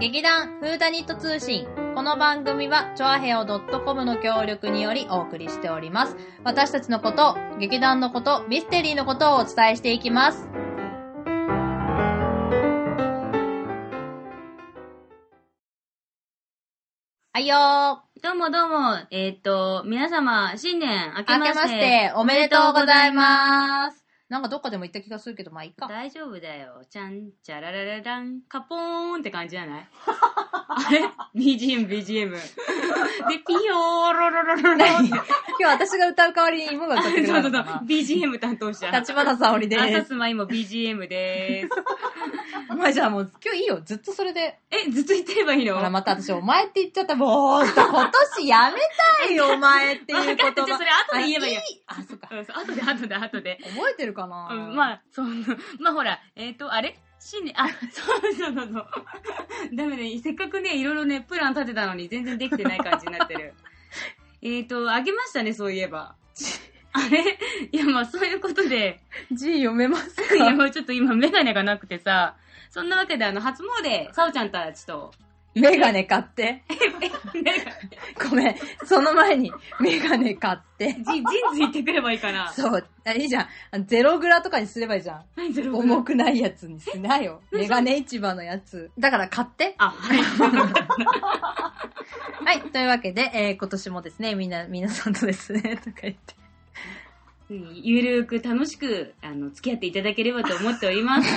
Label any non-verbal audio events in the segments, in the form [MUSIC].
劇団フーダニット通信。この番組は、チョアヘオ .com の協力によりお送りしております。私たちのこと、劇団のこと、ミステリーのことをお伝えしていきます。はいよー。どうもどうも、えーっ、と、皆様、新年明け明まけして。まして、おめでとうございます。なんかどっかでも言った気がするけど、まあいいか。大丈夫だよ。ちゃん、ちゃららららん、カポーンって感じじゃないあれ ?BGM、BGM。で、ピヨーロロロロロ。今日私が歌う代わりに芋が歌ってくれそうた [LAUGHS] そうの [LAUGHS] そうかな。 BGM 担当者。立花沙織であさす。つまいも BGM でーす。お前じゃあもう今日いいよ。ずっとそれで。え、ずっと言ってればいいのほら、また私、お前って言っちゃった。もう、今年やめた [LAUGHS] いよ、お前っていう言分かったじゃ葉。あそれ後で言えばいいよあ。あ、そっか。うんそう後で後で後で。覚えてるかなうん [LAUGHS] まあ、その、まあほら、えっ、と、あれ新年、あ、 [LAUGHS] そうそうそうそう。 [LAUGHS] ダメね、せっかくね、いろいろね、プラン立てたのに全然できてない感じになってる。 [LAUGHS] えっと、あげましたね、そういえば。 [LAUGHS] あれ [LAUGHS] いや、まあそういうこ [LAUGHS] とで、字読めますいや、かもうちょっと今メガネがなくてさ、そんなわけで、あの、初詣、さおちゃんた [LAUGHS] ちと、メガネ買って。えメガネごめん。その前に、メガネ買って。ジンズ行ってくればいいか [LAUGHS] な。そう。あいいじゃんあの。ゼログラとかにすればいいじゃん。何ゼロ五重くないやつにしなよ。メガネ市場のやつ。だから買って。あ、はい。はい。というわけで、えー今年もですね、みんな、皆さんとですね、とか言って。うんゆるーく楽しく、あの、付き合っていただければと思っております。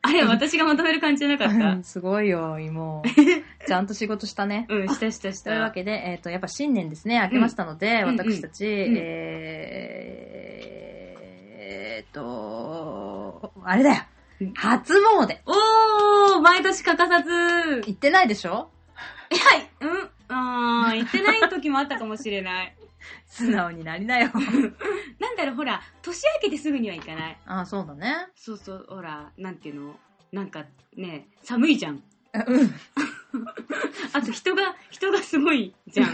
あれ、私がまとめる感じじゃなかうっんすごいよ、 [LAUGHS] 妹。ちゃんと仕事したね。たうん、したしたした。というわけで、えっ、と、やっぱ新年ですね、明けましたので、うん私たち、んえーえーっと、あれだようん。初詣。おー、毎年欠かさず。はい。行ってないでしょうん。あー、行ってない時もあったかもしれない。 [LAUGHS] 素直になりなよ。なんだろう、ほら、年明けてすぐには行かない。あ、そうだね。そうそう、ほら、なんていうのなんかね、寒いじゃん。うん。 [LAUGHS] あと人が、人がすごいじゃん。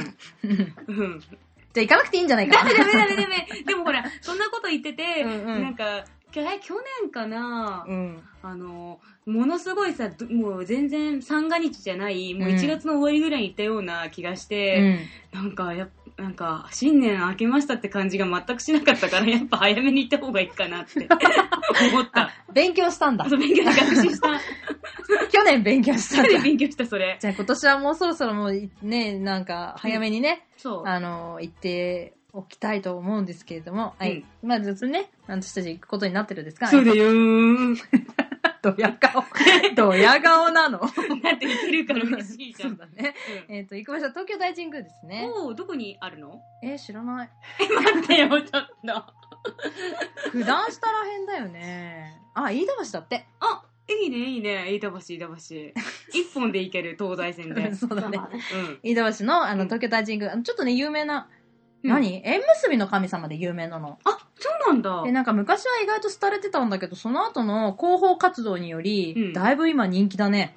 うん。じゃあ行かなくていいんじゃないか [LAUGHS] ダなメ。ダメダメダメ。でもほら、そんなこと言ってて、うんうんなんか、きょえ去年かな、 [LAUGHS] うん。あの、ものすごいさ、どもう全然三が日じゃない、もううん1月の終わりぐらいに行ったような気がしうて、んなんか、やっぱなんか、新年明けましたって感じが全くしなかったから、やっぱ早めに行った方がいいかなって思った。 [LAUGHS] 勉強したんだあ。と勉強学習 [LAUGHS] した。去年勉強したんでだ。勉強した、それ。じゃあ今年はもうそろそろもういね、なんか早めにね、そう。あの、行っておきたいと思うんですけれども、はい。まあずっとね、私たち行くことになってるんですが、そうだよ [LAUGHS] ー。ドヤ顔。 [LAUGHS] ドヤ顔なの。だって行けるから嬉しいじゃん。そうだね。えっ、と、行きましょう。東京大神宮ですうんね。おー、どこにあるの [LAUGHS] えー知らない。待ってよ、ちょっと。九段下らへんだよね。あ、飯田橋だって。あ、いいね、いいね。飯田橋、飯田 [LAUGHS] 橋。一本で行ける、東西線で。そうだね。うん。飯田橋の、あの、うん東京大神宮、あのちょっとね、有名な、うん何縁結びの神様で有名なの。あ、そうなんだで、。なんか昔は意外と廃れてたんだけど、その後の広報活動により、うんだいぶ今人気だね。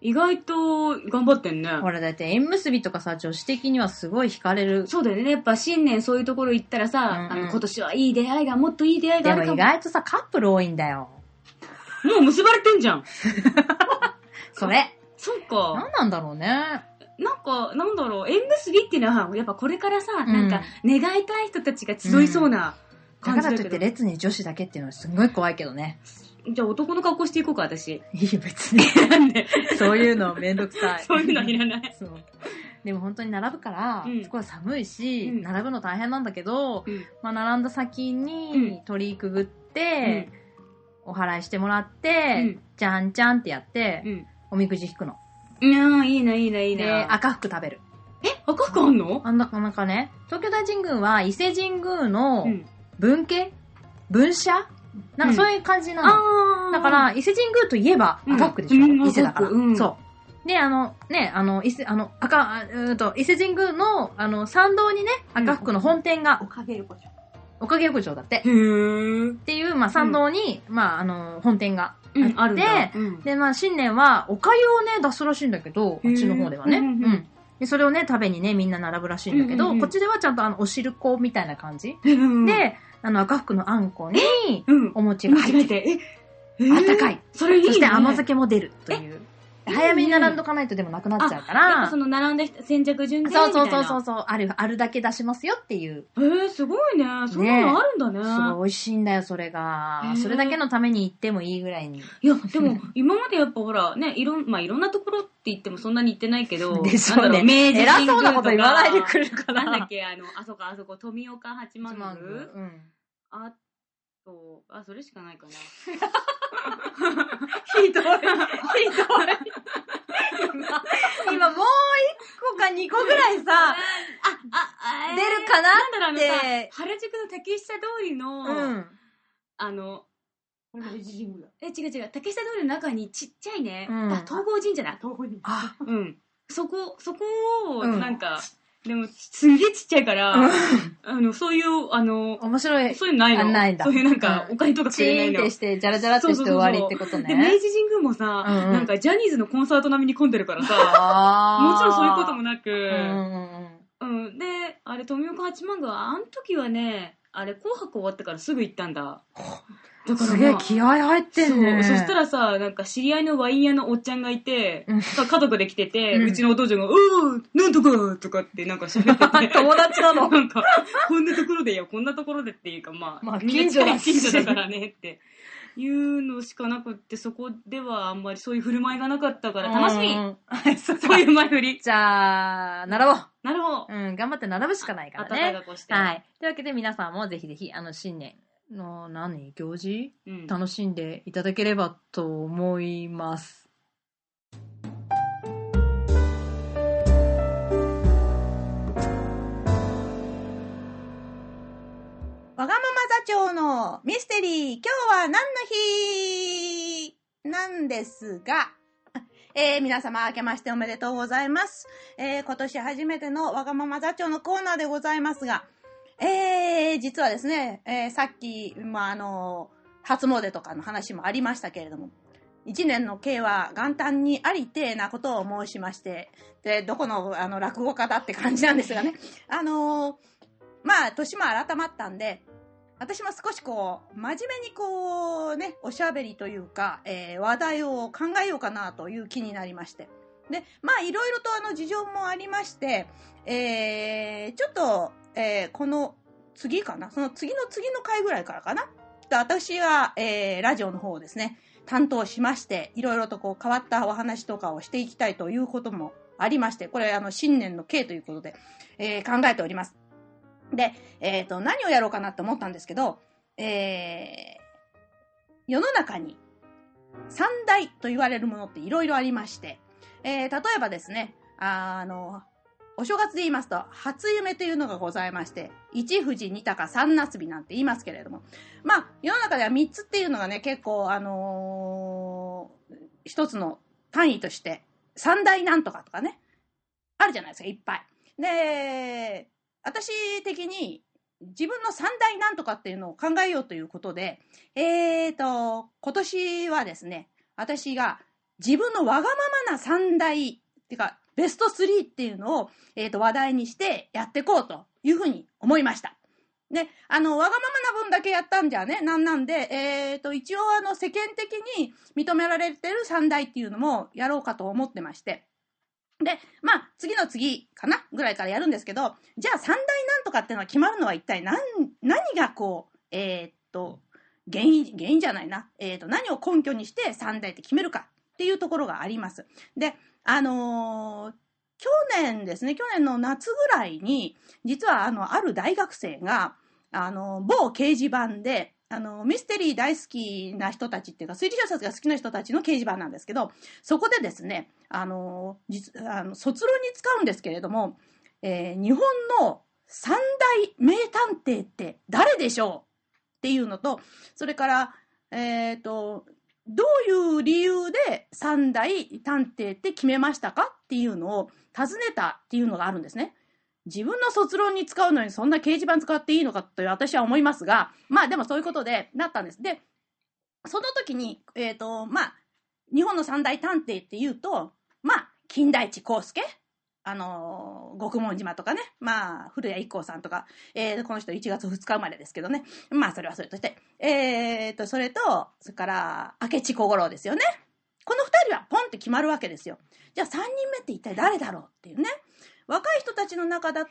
意外と頑張ってんね。ほら、だって縁結びとかさ、女子的にはすごい惹かれる。そうだよね。やっぱ新年そういうところ行ったらさ、うんうんあの、今年はいい出会いが、もっといい出会いがであもるか意も。外とさ、カップル多いんだよ。もう結ばれてんじゃん。それ。そっか。何なんだろうね。なんか、なんだろう、縁結びっていうのは、やっぱこれからさ、んなんか、願いたい人たちが集いそうなだ感かじだらけとど。いって列に女子だけっていうのはすごい怖いけどね。じゃあ男の格好していこうか、私。いいよ、別に。なんで、 [LAUGHS] そういうのめんどくさい。そういうのいらない。そう。でも本当に並ぶから、うんすごい寒いし、うん並ぶの大変なんだけど、うんまあ並んだ先うに鳥居くぐっうんて、お祓いしてもらって、うんじゃんじゃんってやって、うん。おみくじ引くの。いやーいいな、いいな、いいで、な。赤服食べる。赤くあんのあんなかなかね、東京大神宮は伊勢神宮のうん。文系、文社なんかそういう感じなの。あだから、、伊勢神宮といえば赤服でしょ、うんうん伊勢だから、赤服うんそう。で、あの、ね、あの、伊勢、あの、赤、あうーんと、伊勢神宮の、あの、参道にね、赤服の本店が、おかげ横丁。おかげ横丁だって。へー。っていう、まあ、参道に、まあ、あの、本店があって、うん、あるんだ。うんで、まあ、新年は、お粥をね、出すらしいんだけど、へーあっちの方ではね。ううんうんうんん。で、それをね、食べにね、みんな並ぶらしいんだけうんどう、んうんこっちではちゃんとあの、お汁粉みたいな感じ。うん、で、あの、赤福のあんこに、うん。お餅が間入っ違えて、て、え、あったかい。い。それいいね。そして甘酒も出るという。早めに並んどかないとでもなくなっちゃうかやっら。ぱその並んだ人先着順でみたそいうなそうそうそうそう、ある、あるだけ出しますよっていう。えー、すごいねそんなのあるんだねすごい美味しいんだよ、それがへ。ーそれだけのために行ってもいいぐらいに。いや、でも、今までやっぱほら、ね、いろん、まあ、いろんなところって言ってもそんなに行ってないけ [LAUGHS] ど、でしょうねなんだろ明治偉神宮そうなこと言わないでくるるかなんだらっ。け、あの、あそこあそこ、富岡八幡宮うん。あと、あ、それしかないかな。 [LAUGHS] ひどい。ひどい。今もう一個か二個ぐらいさ、あ、あ、出るかななんだろう、あのってさ、原宿の竹下通りの、うん。あの、え、違う違う、竹下通りの中にちっちゃいね、うんあ、東郷神社だ。あ、うん。そこ、そこを、うんなんか、でも、すんげえちっちゃいから、うんあの、そういう、あの、面白い。そういうのないあのないんだそういうなんか、うんお金とかくチれないーンっの。てして、ジャラジャラってして終わりってことで、明ね。治神宮もさ、うんうんなんかジャニーズのコンサート並みに混んでるからさ、あーもちろんそういうこともなうく、んうんうん。うん、で、あれ、富岡八幡宮は、あの時はね、あれ、紅白終わってからすぐ行ったんだ。だから、すげえまあ気合入ってんね。そうそしたらさ、なんか知り合いのワイン屋のおっちゃんがいて、うんさ家族で来てて、うんうちのお父ちゃんが、うーなんとかとかってなんか喋 [LAUGHS] っ [LAUGHS] てて。友達なの。なんか、こんなところで、いや、こんなところでっていうか、まあ、まあみんな近所だし近所だからねって。いうのしかなくって、そこではあんまりそういう振る舞いがなかったから楽しみ、みそういう前振り。じゃあ、並ぼう。なるほど。うん、頑張って並ぶしかないから暖かいね。格好して。はい。というわけで皆さんもぜひぜひ、あの、新年の何行事うん楽しんでいただければと思います。わがまま座長のミステリー、今日は何の日なんですが、えー皆様明けましておめでとうございます。えー今年初めてのわがまま座長のコーナーでございますが、えー実はですね、えーさっき、まあ、あの初詣とかの話もありましたけれども、一年の計は元旦にありてえなことを申しまして、で、どこの、あの、落語家だって感じなんですがね、あのーまあ、年も改まったんで、私も少しこう、真面目にこう、ね、おしゃべりというか、えー話題を考えようかなという気になりまして。で、まあ、いろいろとあの事情もありまして、えーちょっと、えーこの次かなその次の次の回ぐらいからかなで私が、えーラジオの方をですね、担当しまして、いろいろとこう変わったお話とかをしていきたいということもありまして、これあの新年の刑ということで、えー考えております。で、えっ、と、何をやろうかなって思ったんですけど、えー世の中に三大と言われるものっていろいろありまして、えー例えばですね、あーあの、お正月で言いますと、初夢というのがございまして、一富士二鷹三なすびなんて言いますけれども、まあ、世の中では三つっていうのがね、結構、あのー一つの単位として、三大なんとかとかね、あるじゃないですか、いっぱい。で、私的に自分の三大なんとかっていうのを考えようということで、えーと、今年はですね、私が自分のわがままな三大、っていうか、ベスト3っていうのを、えーと、話題にしてやっていこうというふうに思いました。ね、あの、わがままな分だけやったんじゃね、なんなんで、えーと、一応あの、世間的に認められてる三大っていうのもやろうかと思ってまして。で、まあ、次の次かなぐらいからやるんですけど、じゃあ三大なんとかっていうのは決まるのは一体何、何がこう、えーっと、原因、原因じゃないな。えーっと、何を根拠にして三大って決めるかっていうところがあります。で、あのー去年ですね、去年の夏ぐらいに、実はあの、ある大学生が、あの、某掲示板で、あの、ミステリー大好きな人たちっていうか、推理小説が好きな人たちの掲示板なんですけど、そこでですね、あの、実あの卒論に使うんですけれども、えー日本の三大名探偵って誰でしょうっていうのと、それから、えっ、と、どういう理由で三大探偵って決めましたかっていうのを尋ねたっていうのがあるんですね。自分の卒論に使うのにそんな掲示板使っていいのかと私は思いますが、まあでもそういうことでなったんです。で、その時に、えっ、と、まあ、日本の三大探偵っていうと、まあ、金田一耕助、あのー獄門島とかね、まあ、古谷一行さんとか、えーこの人1月2日生まれですけどね。まあ、それはそれとして。えーと、それと、それから、明智小五郎ですよね。この二人はポンって決まるわけですよ。じゃあ3人目って一体誰だろうっていうね。若い人たちの中だと、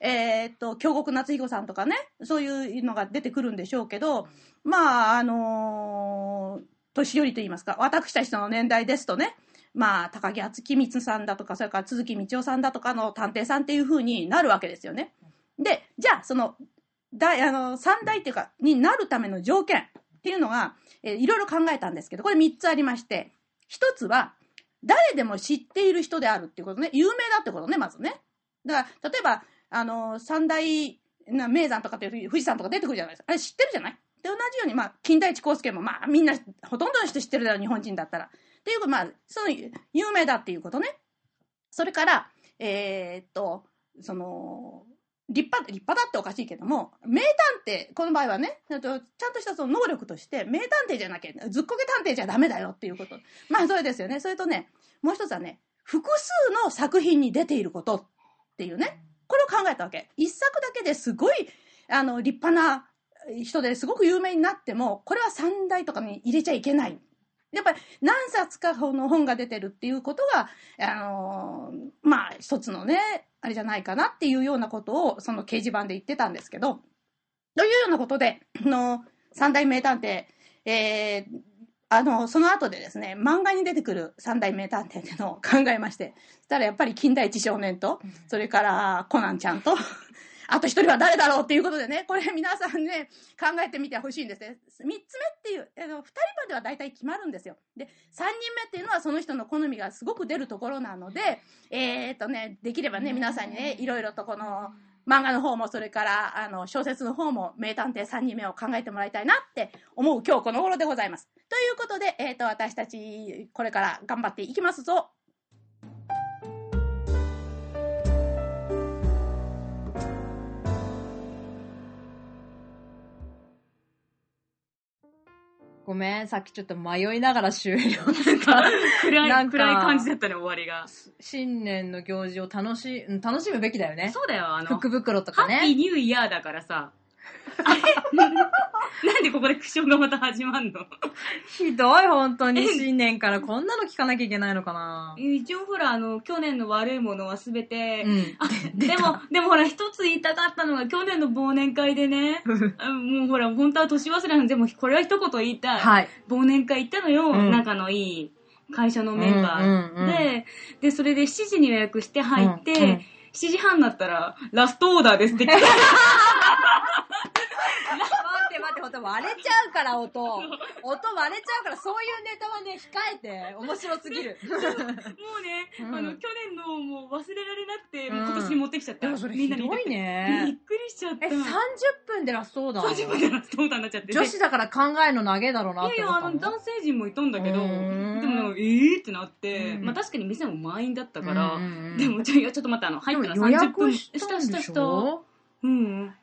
えーっと、京極夏彦さんとかね、そういうのが出てくるんでしょうけど、まあ、あのー年寄りと言いますか、私たちの年代ですとね、まあ、高木敦樹光さんだとか、それから鈴木道夫さんだとかの探偵さんっていう風になるわけですよね。で、じゃあ、その、だあの、三大っていうか、になるための条件っていうのが、えーいろいろ考えたんですけど、これ3つありまして、1つは、誰でも知っている人であるっていうことね、有名だってことね、まずね。だから、例えば、あの、三大な名山とかっていう富士山とか出てくるじゃないですか。あれ知ってるじゃないで、同じように、まあ、金田一耕助も、まあ、みんな、ほとんどの人知ってるだろう、日本人だったら。っていうか、まあ、その、有名だっていうことね。それから、えーっと、その、立派、立派だっておかしいけども、名探偵、この場合はね、えっとちゃんとしたその能力として、名探偵じゃなきゃ、ずっこけ探偵じゃダメだよっていうこと。まあ、それですよね。それとね、もう一つはね、複数の作品に出ていることっていうね、これを考えたわけ。一作だけですごい、あの、立派な人ですごく有名になっても、これは三大とかに入れちゃいけない。やっぱり何冊かの本が出てるっていうことが、あのーまあ一つのね、あれじゃないかなっていうようなことをその掲示板で言ってたんですけど、というようなことで、あの三大名探偵、えーあの、その後でですね、漫画に出てくる三大名探偵っていうのを考えまして、そしたらやっぱり金田一少年と、それからコナンちゃんと、 [LAUGHS] あと一人は誰だろうっていうことでね、これ皆さんね、考えてみてほしいんですね。三つ目っていう、あの、二人までは大体決まるんですよ。で、三人目っていうのはその人の好みがすごく出るところなので、えーとね、できればね、皆さんにね、いろいろとこの、漫画の方も、それから、あの、小説の方も、名探偵三人目を考えてもらいたいなって思う今日この頃でございます。ということで、えーと、私たち、これから頑張っていきますぞ。ごめん、さっきちょっと迷いながら終了した。な暗んい、か暗い感じだったね、終わりが。新年の行事を楽し、うん楽しむべきだよね。そうだよ、あの、福袋とかハッピーね。ニューイヤーだからさ。 [LAUGHS] あれなんでここで苦笑がまた始まんのひどい、本当に。新年からこんなの聞かなきゃいけないのかな。一応ほら、あの、去年の悪いものはすべて、うん。でも、でもほら、一つ言いたかったのが、去年の忘年会でね、あもうほら、本当は年忘れなんで、もうこれは一言言いたい。はい。忘年会行ったのよ、うん仲のいい会社のメンバー、うんうんうんで、で、それで7時に予約して入って、うんうん7時半になったら、ラストオーダーですって来た。待って待って、ほんと割れちゃうから、音。音割れちゃうから、そういうネタはね、控えて。面白すぎる。 [LAUGHS] もうね、うんあの、去年のもう忘れられなくて、うんもう今年に持ってきちゃった。 [LAUGHS] でもそれみひんなにどいびっね。くりしちゃった。え、30分でラストオーダー初めてラストオーダーになっちゃって。女子だから考えるの長えだろういなっやいてや、思っあたの、男性陣もいたんだけど、うでもーんなんか、えーってなって、うんまあ確かに店も満員だったかうんら、うんうんでも、ちょいやちょっと待って、あの、入ったらでも予30分。約したんでしょうん。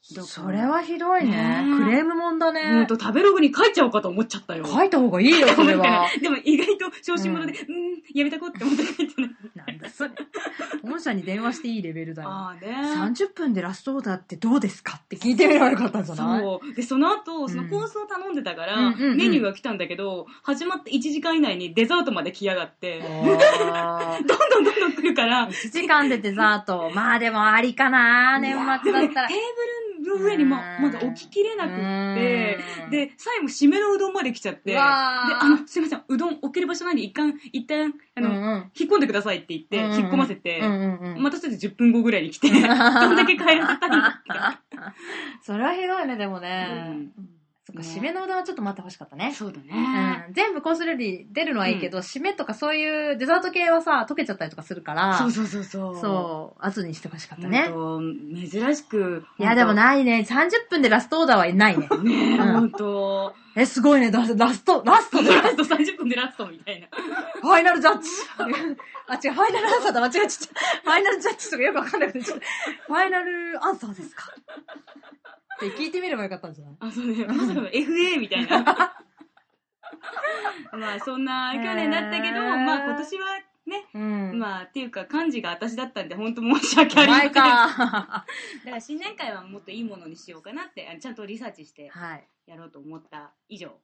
それはひどいね。ねえクレームもんだうんね。と、食べログに書いちゃおうかと思っちゃったよ。書いた方がいいよ、それは。 [LAUGHS] でも意外と小心者で、うん、やめたこうって思って書いて [LAUGHS] ない。 [LAUGHS] なんだそれ。本社に電話していいレベルだよ。ああね。 30分でラストオーダーってどうですかって聞いてみればよかったんじゃないそう。で、その後、そのコースを頼んでたから、うんうんうんうんメニューが来たんだけど、始まって1時間以内にデザートまで来やがって、あーどんどんどんどん来 [LAUGHS] るから、 1時間でデザート。まあでもありかな、年末だったら [LAUGHS] テ。ーブルの上にま、うまんだ置ききれなくってうん、で、最後、締めのうどんまで来ちゃって、うで、わーあの、すいません、うどん置ける場所ないんで、一旦、一旦、あの、うん引っ込んでくださいって言って、うんうん引っ込ませて、うんうんうん [LAUGHS] またそれで10分後ぐらいに来て、どんだけ帰らせたんだっそれはひどいね、でもね。うんそっか、ね締めのうどんはちょっと待ってほしかったねて。。そうだね。うん全部コース料理出るのはいいけど、締めとかそういうデザート系はさ、溶けちゃったりとかするから、そうそうそうそう。そう、後にしてほしかったね。本当珍しく。いや、でもないね。30分でラストオーダーはい [LAUGHS] ないね。本当。ねえ、うん本当。え、すごいね。ラスラスト、ラストで。ラスト30分でラストみたいな。ファイナルジャッジ。 [LAUGHS] あ、違う、ファイナルアンサーだ。間違えちゃった。ファイナルジャッジとかよくわかんなくて、ちょっと、ファイナルアンサーですか。って聞いてみればよかったんじゃないあ、そうだよ。まさかの FA みたいな。 [LAUGHS] まあ、そんな去年だったけど、へえまあ今年はね、うん。まあっていうか漢字が私だったんで、本当申し訳あおりま前せん。[LAUGHS] だか。から新年会はもっといいものにしようかなって、あのちゃんとリサーチしてはい。やろうと思った以上。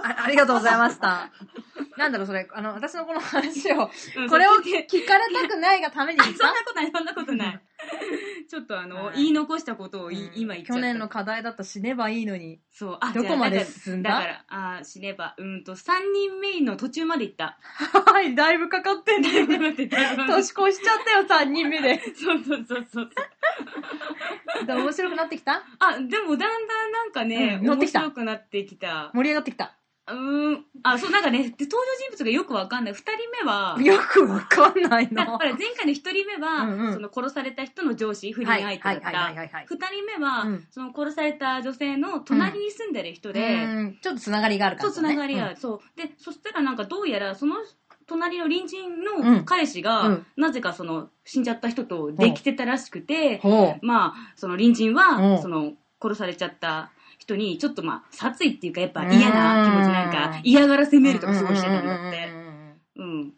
あありがとうございました。 [LAUGHS] なんだろう、それ。あの、私のこの話 [LAUGHS] を、うんこれをそっち系聞かれたくないがため [LAUGHS] にあ言そったんなことない、そんなことない。 [LAUGHS] ちょっとあの、はい言い残したことをい、今言っちゃ去った。年の課題だった死ねばいいのに。そう、あ、どこまでじゃあ進んだだから、だからあー死ねば、うんと、3人目の途中まで行 [LAUGHS] った。はい、だいぶかかってんだよ。待ってだいぶ年越しちゃったよ、3人目で。 [LAUGHS] そうそうそうそう。で面白くなってきたあ、でもだんだんなんかね、うん乗って面きた白くなってきた。盛り上がってきた。うーん。あ、そう、なんかね、で登場人物がよくわかんない。二人目は、よくわかんないだな。から前回の一人目は、うんうんその殺された人の上司、不倫相手だっはいはいはいはいたはいはい。二人目は、うんその殺された女性の隣に住んでる人で、うんちょっとつながりがあるからそう、つながりがある。る。そう。で、そしたらなんかどうやら、その隣の隣人うんの彼氏が、うんなぜかその死んじゃった人とできてたらしくて、ほう。まあ、その隣人うんは、その殺されちゃった人に、ちょっとまあ、殺意っていうか、やっぱ嫌な気持ちなんうんか、嫌がらせメールとかすごいしてたんだっうて。んうんうんうんうん。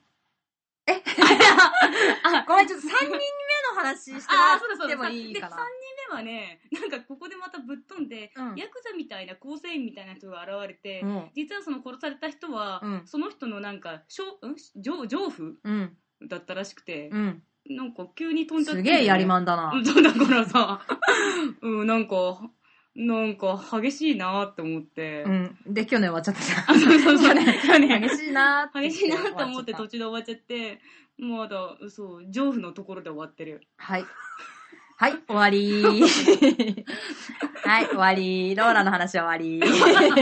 ごめん、ちょっと3人目の話してもあらあ、そうだそうっだ。てもいいかなで、3。人目はね、なんかここでまたぶっ飛んで、うんヤクザみたいな構成員みたいな人が現れて、うん実はその殺された人は、うんその人のなんか、しょうん丈丈夫うん。だったらしくてう、ん。なんか急に飛んじゃっすて、げえやりまんだな。うん [LAUGHS] そうだからさ、うん、なんか、なんか激しいなって思って。うん。で、去年終わっちゃったじあ、 [LAUGHS] そうそうそう。ゃん。激しいなーって言 [LAUGHS] 激しいなと思って終わ途ちゃた中で終わっちゃって、まだ、そう、上夫のところで終わってる。はい。はい、終わり [LAUGHS] ー。はい、終わりー。ローラの話は終わりー。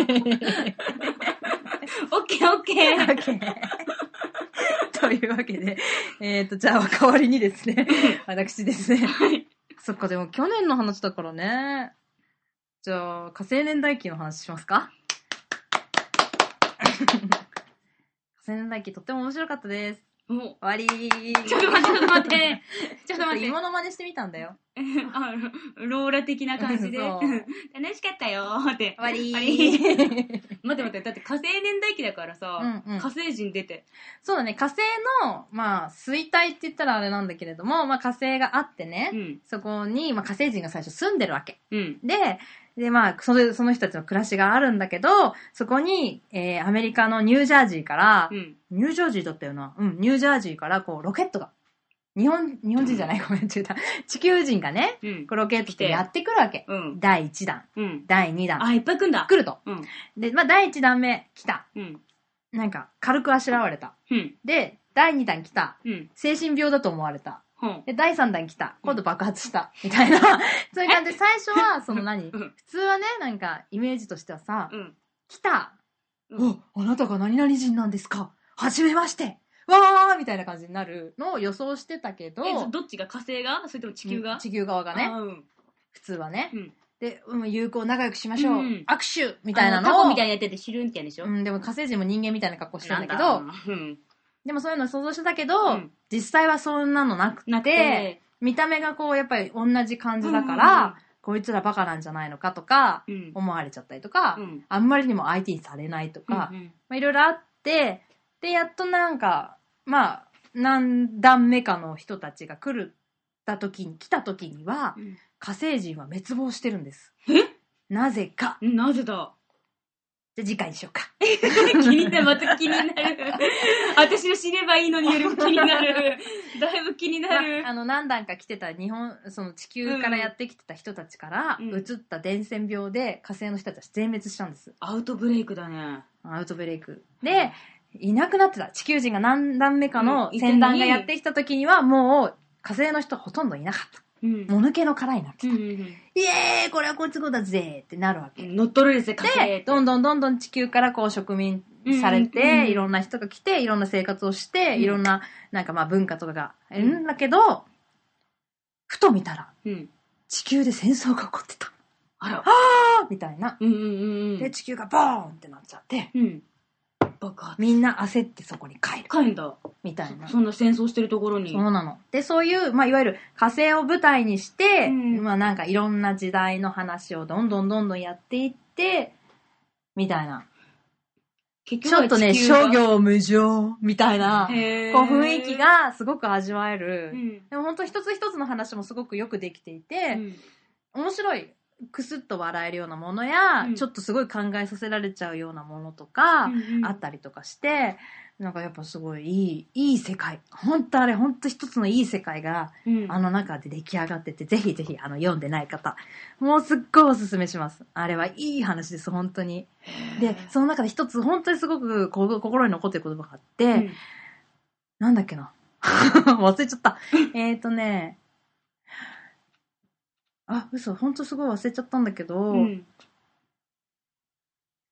[LAUGHS] オッケーオッケー [LAUGHS] というわけで、えっ、と、じゃあ、代わりにですね、私ですね。そっか、でも去年の話だからね。じゃあ、火星年代記の話しますか火星年代記とっても面白かったです。 [LAUGHS] 終もわりー。 [LAUGHS] う、ちょっと待って、ちょっと待って。ちょっとちょっと待って。芋の真似してみたんだよ。 [LAUGHS] あローラ的な感じで。そう [LAUGHS] 楽しかったよーって。終わり終 [LAUGHS] ー。待って待って、だって火星年代記だからさ、うんうん火星人出て。そうだね、火星の、まあ、衰退って言ったらあれなんだけれども、まあ火星があってね、うん。そこに、まあ火星人が最初住んでるわけ。うん。で、で、まあ、その、その人たちの暮らしがあるんだけど、そこに、えー、アメリカのニュージャージーからう、ん。ニュージャージーだったよな。うん、ニュージャージーから、こう、ロケットが、日本、日本人じゃない、ごめん、違った。地球人がね、うんこ。うロケットでやってくるわけ。うん。第1弾、うん。第2弾、あ、いっぱい来んだ。来ると。うん。で、まあ、第1弾目、来た。うん。なんか、軽くあしらわれた。うん。で、第2弾来た。うん。精神病だと思われた。うん。で、第3弾来た。今度爆発した。みたい [LAUGHS] な。そういう感じで、最初は、その何うん普通はね、なんか、イメージとしてはさう、ん。来た。うんお、あなたが何々人なんですかはじめまして。わーみたいな感じになるのを予想してたけど、え、どっちが火星がそれとも地球うがん地球側があね、うん。普通はねうん。で、うん友好仲良くしましょううん。握手みたいなあタのコをみたい。なやってて、シュルンってやるでしょうん、でも火星人も人間みたいな格好してるんだけなど、んだうん。でもそういうの想像してたけどうん、実際はそんなのなくなくて、て、見た目がこう、やっぱり同じ感じだから、こいつらバカなんじゃないのかとか、うん、うん。思われちゃったりとか、うん。あんまりにも相手にされないとか、まうんあいろいろあって、で、やっとなんか、まあ、何段目かの人たちが来る、た時に、来た時には、うん火星人は滅亡してるんです。なぜか。うん。なぜだ [LAUGHS] じゃあ次回にしようか。気になる、また気に [LAUGHS] なる。私の死ねばいいのによりも気になる。だいぶ気になる [LAUGHS] まあ、。あの、何段か来てた日本、その地球からやってきてた人たちから、うん移った伝染病で火星の人たち全滅したんです。アウトブレイクだね。アウトブレイク。で、いなくなってた。地球人が何段目かのうんいたの戦に団がやってきた時には、もう、火星の人ほとんどいなかっうんた。。もぬけの殻になってうんた。イエーイこれはこいつごだぜってなるわうけ。ん。乗っ取るですね、火で星、どんどんどんどん地球からこう植民されうんうんうんて、いろんな人が来て、いろんな生活をして、うんいろんな、なんかまあ文化とかがいるんだけど、ふと見たら、うん。地球で戦争が起こってた。あら。あーみたいな。うんうんうんうで、ん。地球がボーンってなっちゃって、うん。爆発。みんな焦ってそこに帰る。深いんだ。みたいな。そんな戦争してるところに。そうなの。で、そういう、まあ、いわゆる火星を舞台にして、うんまあ、なんかいろんな時代の話をどんどんどんどんやっていって、みたいな。結ちょっとね、商業無常、みたいな、ここう雰囲気、がすごく味わえうる。んでも本当一つ一つの話もすごくよくできていて、うん面白い。くすっと笑えるようなものや、うんちょっとすごい考えさせられちゃうようなものとか、うんうんあったりとかして、なんかやっぱすごいいい、いい世界。本当あれ、本当一つのいい世界が、うんあの中で出来上がってて、ぜひぜひ、あの、読んでない方、もうすっごいおすすめします。あれはいい話です、本当に。で、その中で一つ、本当にすごくこ心に残ってる言葉があって、うんなんだっけな。 [LAUGHS] 忘れちゃった。 [LAUGHS] えーとね、あ、嘘、本当すごい忘れちゃったんだけど、うん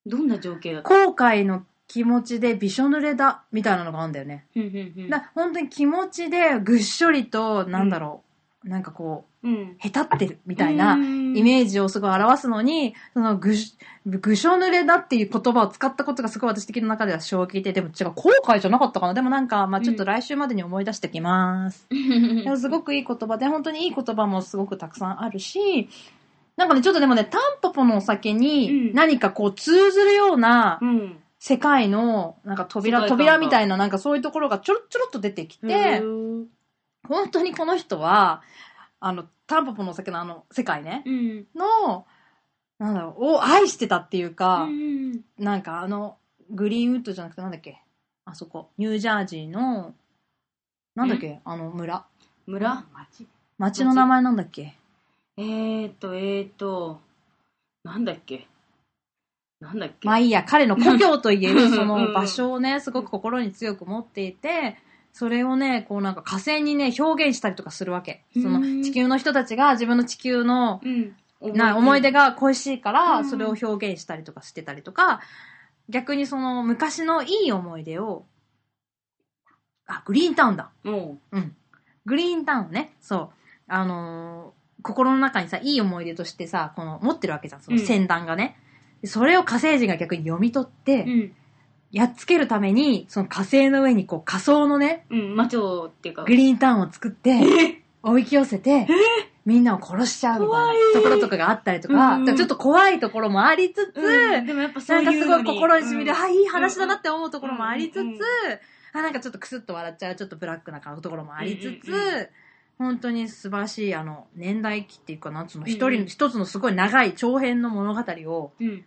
どんな情景だった後悔の気持ちでびしょ濡れだ、みたいなのがあるんだよね。うんうんうんな本当に気持ちでぐっしょりと、なんだろう、なんかこうんう、へたってるみたいなイイージメージをすごい表すのに、そのぐし、ぐしょ濡れだっていう言葉を使ったことがすごい私的の中では衝撃で、でも違う、後悔じゃなかったかな。でもなんか、まあちょっと来週までに思い出してきます。でもすごくいい言葉で、本当にいい言葉もすごくたくさんあるし、なんかね、ちょっとでもね、タンポポのお酒うにん何かこう通ずるような [LAUGHS] うん世界の、なんか世扉、界観が扉みたいななんかそういうところがちょろちょろっと出てきて、うん本当にこの人は、あの、タンポポのお酒のあの世界ね、うんの、なんだろう、を愛してたっていうか、うんなんかあの、グリーンウッドじゃなくてなんだっけあそこ、ニュージャージーの、なんだっけあの村。村町の名前なんだっけえーとえーとなんだっけなんだっけまあいいや、彼の故郷といえうるんそうんの場所をね、すごく心に強く持っていて、それをね、こうなんか火星にね、表現したりとかするわけ。そのうん地球の人たちが自分の地球のうんな思い出がが恋しいかうら、んそれを表現したりとかしてたりとか、逆にその昔のいい思い出を、あ、グリーンタウンだ。もうん。グリーンタウンね、そう。あのー心の中にさ、いい思い出としてさ、この、持ってるわけじゃん、そのうん先端がね。でそれを火星人が逆に読み取って、ううんやっつけるために、その火星の上にこう仮想のね、うん魔女っていうかグリーンタウンを作って、おびき寄せて、みんなを殺しちゃうみたいなところとかがあったりとか、うんうんだからちょっと怖いところもありつつ、うんでもやっぱそなうんいかうすごいのに心に染みる、うんあ、いい話だなって思うところもありつつ、うんうんうんあ、なんかちょっとクスッと笑っちゃう、ちょっとブラックな顔のところもありつつ、うんうんう本当に素晴らしい、あの、年代記っていうかなんつうの、うんうん一人の、一つのすごい長い長編の物語をうん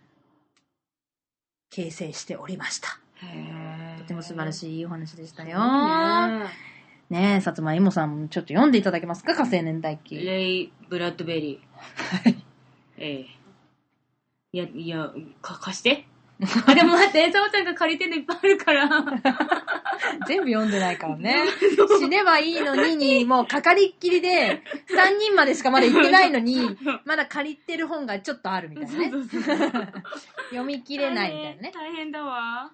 形成しておりました。へーとても素晴らしいいいお話でしたいよ。ねえ、薩摩いもさんもちょっと読んでいただけますか火星年代記。レイ・ブラッドベリはいー。ええ。いや、いや、か、貸して。あ、でも待って、サボちゃんが借りてんのいっぱいある [LAUGHS] から。全部読んでないから [LAUGHS] ね。死ねばいいのにに、もうかかりっきりで、3人までしかまだ行ってないのに、 [LAUGHS] まだ借りてる本がちょっとあるみたいなね。 [LAUGHS] 読み切れないみたいなね。大変大変だわ。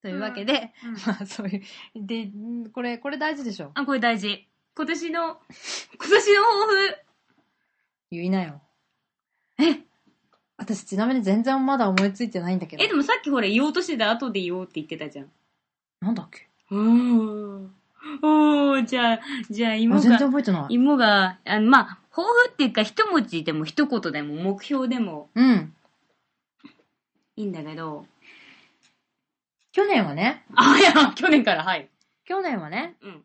というわけで、 [LAUGHS] まあそういう、で、んこれ、これ大事でしょ。あ、これ大事。今年の、今年の抱負。言いなよ。え私ちなみに全然まだ思いついてないんだけどえ、。でもさっきほら言おうとしてた後で言おうって言ってたじゃん。なんだっけうーん。おー、じゃあ、じゃああ芋全然が、覚えてない。芋が、あの、まあ、抱負っていうか一文字でも一言でも目標でもうん。いいんだけど。去年はね、あ、いや、去年から、はい。去年はね、うん。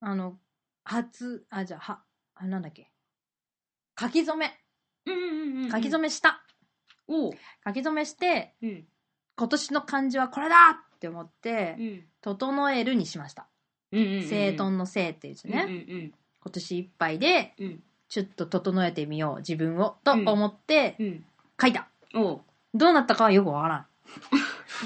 あの、初、あ、じゃあ、は、あ、なんだっけ。書き初め。うんうんうん。書き初めした。おう。書き初めして、うん。今年の漢字はこれだって思ってう、ん。整えるにしました。うんうんうん。整頓の整っていう字ね。ね。今年いっぱいで、うんうんちょっと整えてみよう、自分を、と思ってうん。うん。書いた。おう。どうなったかはよくわから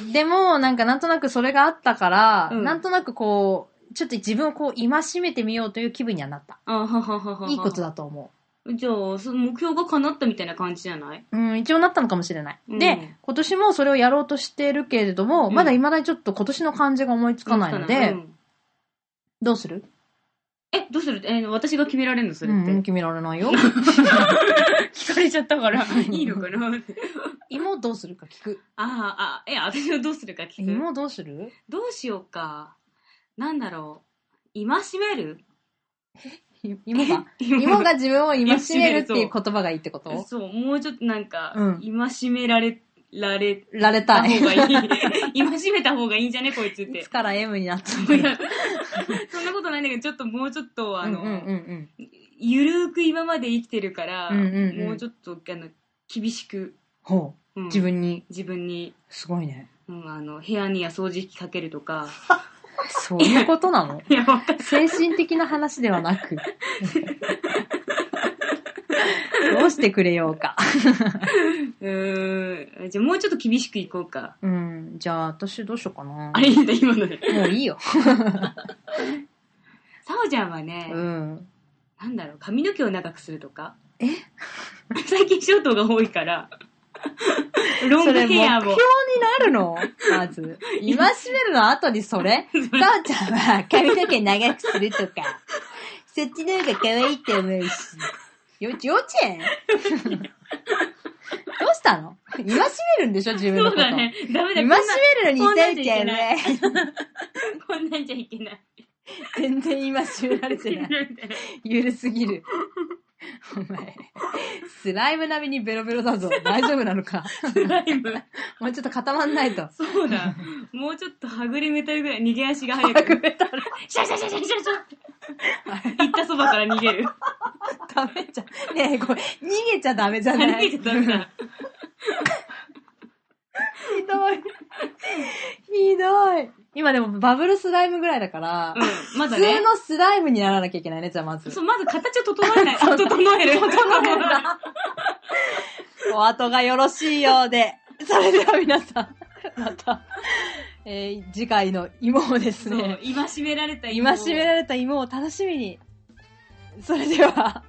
ん。でも、なんかなんとなくそれがあったから、うんなんとなくこう、ちょっと自分をこう、戒めてみようという気分にはなった。あはははは。いいこと。だと思。じゃあ、その目標が叶ったみたいな感じじゃないううん、一応なったのかもしれない。うんで、今年もそれをやろうとしてるけれども、うんまだ未だにちょっと今年の漢字が思いつかないので、うんどうするえ、どうするえ、私が決められるのそれうん、って。決められない [LAUGHS] よ。聞かれちゃったから、いいのかな [LAUGHS] って。芋どうするか聞く。ああ、あ、え、私はどうするか聞く。芋どうするどうしようか。なんだろう。戒めるい芋が。 [LAUGHS] 芋が自分を戒めるっていう言葉がいいってことそう、もうちょっとなんか、うん戒められ、られられたた [LAUGHS] い方。がいい。 [LAUGHS] 戒めた方がいいんじゃねこいつっいてつ。から M になったんいだやそんなことないんだけど、ちょっともうちょっと、あの、うんうんうんうん。ゆるーく今まで生きてるから、うんうんうんもうちょっとあの厳しく、ほう。うん自分に、自分に、すごいね。うん、あの部屋には掃除機かけるとかそう [LAUGHS] いうことな [LAUGHS] のいやわかん精神的な話ではな [LAUGHS] く。どうしてくれようか。うーんじゃあもうちょっと厳しくいこうかうん。じゃあ、私どうしようかな。あれいいんだ今のでもういいよ。さおちゃんはね、うん。なんだろう髪の毛を長くするとかえ [LAUGHS] 最近ショートが多い [LAUGHS] からロンそグヘアれ目も標になるのま [LAUGHS] ず。今しめるの後にそれ父ちゃんは髪の毛長くするとか。そっちの方が可愛いって思うし。幼幼稚 [LAUGHS] 園どうしたの今しめるんでしょ自分そのうこと。だねダメだこん今なしめるのに痛いちゃうね。こんなんじゃいけない [LAUGHS] 全然今しめられてない。ゆるすぎる。お前、スライム並みにベロベロだぞ。大丈夫なのか。 [LAUGHS] スライムもうちょっと固まんないと。そうだ。もうちょっとはぐれメタルぐらい逃げ足が [LAUGHS] 速く。はぐれタル。シャシャシャシャシャシャ行ったそばから逃げる。ダメじゃん。ねえ、これ、逃げちゃダメじゃ逃ない。 [LAUGHS] げちゃダメだ。ひどい。ひどい。今でもバブルスライムぐらいだから、うん、まだ普通ね。のスライムにならなきゃいけないね、じゃあまず。そう、まず形を整 [LAUGHS] えない。あ整える。整える。お後がよろしいようで。それでは皆さん、また、えー次回の芋をですそうね、、今しめられた今しめられた芋を楽しみに。それでは。